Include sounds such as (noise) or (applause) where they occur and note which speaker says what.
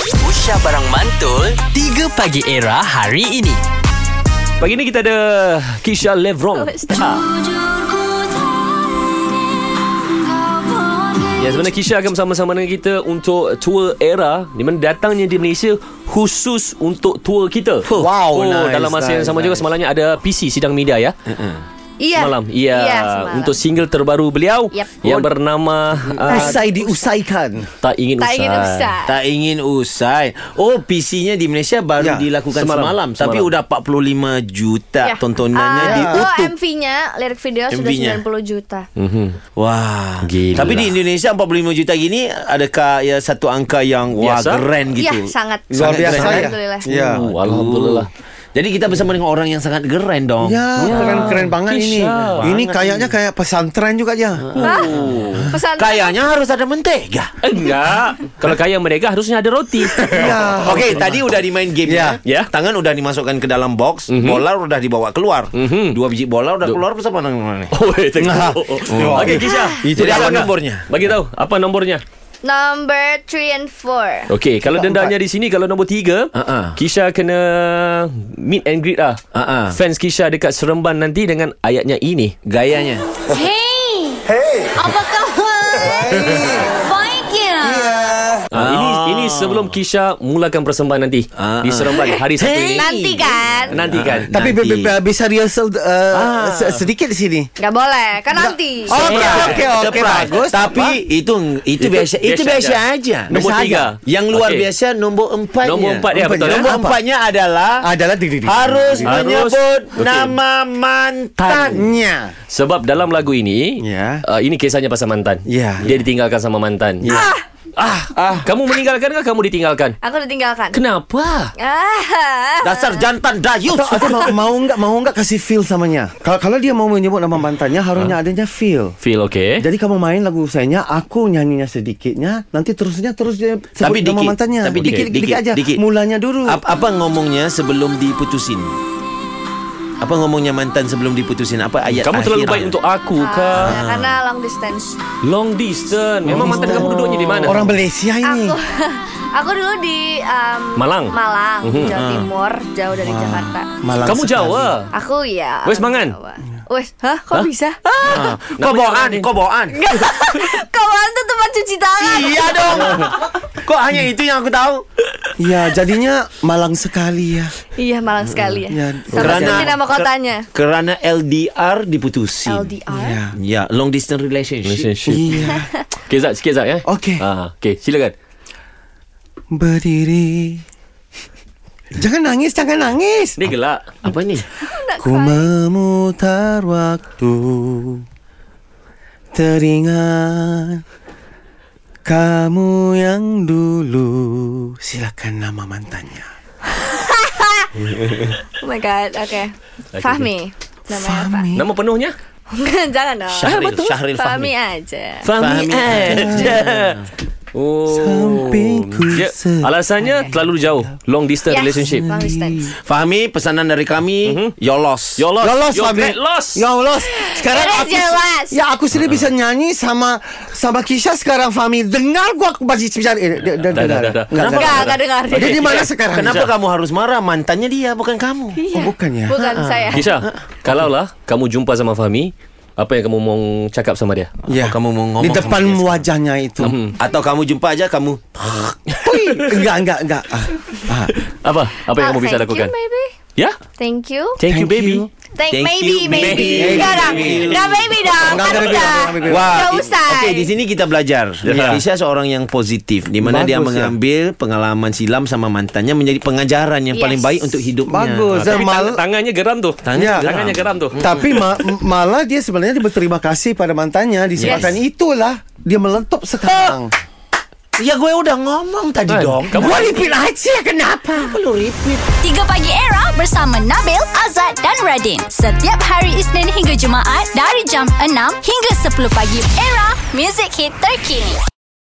Speaker 1: Aisyah Barang Mantul 3 Pagi Era hari ini
Speaker 2: Pagi ni kita ada Kisha
Speaker 3: Oh,
Speaker 2: Levron.
Speaker 3: Iya.
Speaker 2: Ya sebenarnya Kisha akan bersama-sama dengan kita untuk tour era di mana datangnya di Malaysia khusus untuk tour kita.
Speaker 4: Wow,
Speaker 2: oh,
Speaker 4: nice,
Speaker 2: dalam masa yang
Speaker 4: nice,
Speaker 2: sama juga
Speaker 4: nice.
Speaker 2: semalamnya ada PC sidang media ya.
Speaker 3: Iya.
Speaker 2: Malam. Ya,
Speaker 3: Iya, semalam.
Speaker 2: untuk single terbaru beliau
Speaker 3: Yep.
Speaker 2: yang bernama uh,
Speaker 4: Usai diusaikan
Speaker 2: Tak Ingin
Speaker 3: tak
Speaker 2: Usai.
Speaker 3: ingin usah.
Speaker 5: Tak ingin usai Oh PC-nya di Malaysia baru
Speaker 4: Ya,
Speaker 5: dilakukan
Speaker 2: semalam.
Speaker 5: semalam, Tapi
Speaker 2: Semalam.
Speaker 5: udah 45 juta
Speaker 3: Ya.
Speaker 5: tontonannya
Speaker 3: Ah,
Speaker 5: di
Speaker 3: untuk
Speaker 5: YouTube
Speaker 3: MV-nya, lirik video sudah
Speaker 5: MV-nya.
Speaker 3: 90 juta.
Speaker 5: Wah
Speaker 2: Gila.
Speaker 5: Tapi di Indonesia 45 juta gini Adakah ya satu angka yang Wah
Speaker 2: Biasa?
Speaker 5: keren
Speaker 3: Iya,
Speaker 5: gitu
Speaker 3: Ya, sangat.
Speaker 4: Luar
Speaker 5: Sangat
Speaker 4: biasa
Speaker 5: keren,
Speaker 4: ya
Speaker 3: Alhamdulillah.
Speaker 4: Ya,
Speaker 2: Oh, Alhamdulillah.
Speaker 5: Jadi kita bersama dengan orang yang sangat keren dong
Speaker 4: ya keren-keren banget ini
Speaker 2: Kisah.
Speaker 4: Ini kayaknya kayak pesantren juga dia
Speaker 3: Hah? Pesan
Speaker 5: Kayaknya harus ada ya? mentega
Speaker 2: Enggak. Kalau kaya mereka harusnya ada roti.
Speaker 4: Ya
Speaker 5: Okey, tadi udah dimain game ya.
Speaker 2: Ya. Mhm.
Speaker 5: Tangan udah dimasukkan ke dalam box, bola udah dibawa keluar. Dua biji bola udah keluar bersama dengan mana?
Speaker 2: Oh, eh, tengok. Okey Kisha.
Speaker 5: Itu
Speaker 2: Jadi
Speaker 5: dia
Speaker 2: apa
Speaker 5: nombornya.
Speaker 2: Bagi tahu apa nombornya.
Speaker 3: number 3 and 4.
Speaker 2: Okey, kalau dendanya di sini kalau nombor tiga,
Speaker 5: Ha-ha.
Speaker 2: Kisha kena meet and greet lah.
Speaker 5: Ha-ha.
Speaker 2: Fans Kisha dekat Seremban nanti dengan ayatnya ini.
Speaker 5: Gayanya.
Speaker 6: Hey. Apa kabar? Baik ya?
Speaker 2: Ah, ini ini sebelum Kisha mulakan persembahan nanti
Speaker 5: Ah,
Speaker 2: di
Speaker 5: ah.
Speaker 2: Seremban hari Sabtu ini.
Speaker 3: Eh, Nanti kan?
Speaker 2: Nanti kan.
Speaker 4: Tapi
Speaker 5: Nanti.
Speaker 4: be- be- bisa rehearsal uh, se- sedikit di sini
Speaker 3: Gak boleh, kan nanti.
Speaker 4: Oh, okey,
Speaker 5: Surprise.
Speaker 4: okey, okey,
Speaker 5: Surprise.
Speaker 4: bagus.
Speaker 5: Tapi itu itu biasa itu biasa aja.
Speaker 2: Nombor
Speaker 4: Biasa
Speaker 2: tiga.
Speaker 5: Yang luar
Speaker 2: Okey.
Speaker 5: biasa nombor empatnya.
Speaker 2: Nombor empat dia,
Speaker 5: Empatnya.
Speaker 2: betul, ya?
Speaker 5: Nombor
Speaker 4: Apa?
Speaker 5: empatnya adalah
Speaker 4: Adalah di di- di-
Speaker 5: harus
Speaker 4: di-
Speaker 5: menyebut
Speaker 2: Betul.
Speaker 5: nama mantan.
Speaker 4: Nya
Speaker 2: Sebab dalam lagu ini,
Speaker 4: Ya.
Speaker 2: uh, ini kisahnya pasal mantan.
Speaker 4: Ya.
Speaker 2: Dia ditinggalkan sama mantan. Ah. ah, kamu meninggalkan ke kamu ditinggalkan?
Speaker 3: Aku ditinggalkan.
Speaker 2: Kenapa?
Speaker 3: Ah.
Speaker 5: Dasar jantan dayus.
Speaker 4: Atau, atau mau, mau enggak mau enggak kasih feel samanya Kalau kalau dia mau menyebut nama mantannya Harusnya adanya feel
Speaker 2: Feel okay?
Speaker 4: jadi kamu main lagu usainya Aku nyanyinya sedikitnya Nanti terusnya Terus dia sebut
Speaker 5: Tapi
Speaker 4: nama
Speaker 5: dikit,
Speaker 4: mantannya
Speaker 5: tapi dikit,
Speaker 4: Dikit-dikit
Speaker 5: dikit,
Speaker 4: aja
Speaker 5: dikit.
Speaker 4: Mulanya dulu
Speaker 5: Ap- apa ngomongnya sebelum diputusin? Apa ngomongnya mantan sebelum diputusin? Apa ayat
Speaker 2: Kamu terlalu
Speaker 5: akhir?
Speaker 2: baik untuk aku ke?
Speaker 3: Ah, Karena long distance.
Speaker 2: Long distance. Memang mantan kamu duduknya di mana?
Speaker 4: Orang Malaysia ini
Speaker 3: Aku (laughs) aku dulu di um,
Speaker 2: Malang.
Speaker 3: Malang, Jawa Timur, jauh dari Jakarta.
Speaker 4: Malang
Speaker 2: Kamu
Speaker 4: sekali.
Speaker 2: Jawa.
Speaker 3: Aku ya.
Speaker 2: Wes mangan?
Speaker 3: Jawa. Wes, hah? Kok bisa? Ah.
Speaker 5: Kau bohongan, kau bohongan.
Speaker 3: (laughs) Kawan tuh tempat cuci tangan.
Speaker 5: Iya dong.
Speaker 2: (laughs)
Speaker 5: Kok hanya itu yang aku tahu?
Speaker 4: Ya jadinya Malang sekali ya
Speaker 3: Iya, Malang sekali ya.
Speaker 4: Ya,
Speaker 3: Sama seperti nama kotanya.
Speaker 5: ker- kerana LDR diputusin.
Speaker 3: LDR.
Speaker 5: Ya, long distance relationship.
Speaker 2: Relationship.
Speaker 4: Iya
Speaker 2: Okey, Zat. Sikit, Zat. Ya.
Speaker 4: Okey.
Speaker 2: Ah, Okey, silakan.
Speaker 4: Berdiri Jangan nangis Jangan nangis
Speaker 2: Ni gelak.
Speaker 5: Apa ni?
Speaker 4: Ku memutar waktu Teringat Kamu yang dulu Silakan nama mantannya
Speaker 3: Oh my god. Oke. Fahmi. Namanya apa?
Speaker 2: Nama penuhnya?
Speaker 3: (laughs) Jangan dong.
Speaker 5: Syahril, Syahril Fahmi.
Speaker 3: Fahmi ya? aja.
Speaker 2: Fahmi aja. Oh.
Speaker 4: Sampingku
Speaker 2: Dia,
Speaker 4: sedang.
Speaker 2: alasannya terlalu jauh. Long distance
Speaker 3: Yes,
Speaker 2: relationship.
Speaker 3: Long distance.
Speaker 5: Fahami pesanan dari kami,
Speaker 2: Mhm.
Speaker 5: your loss.
Speaker 2: Your loss.
Speaker 4: Ya Allah
Speaker 2: Your
Speaker 4: Fahmi
Speaker 2: great loss.
Speaker 4: Ya Allah
Speaker 3: It
Speaker 4: Sekarang
Speaker 3: is
Speaker 4: aku
Speaker 3: your last.
Speaker 4: Ya aku sendiri bisa nyanyi sama Sama Kisha sekarang Fahmi Dengar gua aku baca bicara eh, dia-
Speaker 2: dah,
Speaker 4: dia-
Speaker 2: dah, dah.
Speaker 4: Dengar
Speaker 3: Enggak,
Speaker 4: Dengar.
Speaker 3: enggak dengar.
Speaker 4: Dia di mana sekarang?
Speaker 5: Kenapa kamu harus marah? Mantannya dia, bukan kamu.
Speaker 4: Oh, bukan ya?
Speaker 3: Bukan saya.
Speaker 2: Kisha, kalaulah kamu jumpa sama Fahmi, apa yang kamu mau cakap sama dia?
Speaker 4: Ya.
Speaker 5: Atau kamu mau ngomong
Speaker 4: Di
Speaker 5: sama
Speaker 4: depan
Speaker 5: dia
Speaker 4: wajahnya itu.
Speaker 5: Atau kamu jumpa aja kamu.
Speaker 4: Pui. enggak, enggak, enggak. Ah, ah.
Speaker 2: Apa? Apa yang
Speaker 3: Ah,
Speaker 2: kamu bisa
Speaker 3: thank
Speaker 2: lakukan?
Speaker 3: You, maybe.
Speaker 2: Ya?
Speaker 3: Thank you.
Speaker 2: Thank, you,
Speaker 4: Thank
Speaker 2: baby.
Speaker 4: you.
Speaker 3: Thank,
Speaker 5: Thank
Speaker 3: maybe,
Speaker 5: you,
Speaker 3: maybe.
Speaker 5: maybe.
Speaker 3: Enggak dong. Enggak maybe dong. Kan
Speaker 4: Enggak,
Speaker 3: udah.
Speaker 4: enggak, enggak, enggak, enggak.
Speaker 5: Wah,
Speaker 3: Enggak usah.
Speaker 5: Okey, di sini kita belajar.
Speaker 2: Ya.
Speaker 5: Isya seorang yang positif di mana dia
Speaker 4: Bagus, ya.
Speaker 5: mengambil pengalaman silam sama mantannya menjadi pengajaran yang
Speaker 3: Yes.
Speaker 5: paling baik untuk hidupnya.
Speaker 4: Bagus.
Speaker 2: Tapi
Speaker 4: Mal-
Speaker 2: tang- tangannya geram tu.
Speaker 4: Ya.
Speaker 5: Tangannya,
Speaker 2: Tangannya geram tu.
Speaker 4: Tapi ma- malah dia sebenarnya dia berterima kasih pada mantannya disebabkan itulah dia meletup sekarang.
Speaker 5: Ya gue udah ngomong tadi
Speaker 2: Kan?
Speaker 5: dong.
Speaker 2: Kamu
Speaker 4: repeat aja kenapa?
Speaker 5: Lu repeat.
Speaker 6: (laughs) 3 Pagi Era bersama Nabil, Azad dan Radin. Setiap hari Isnin hingga Jumaat dari jam 6 hingga 10 pagi. Era, music hit terkini.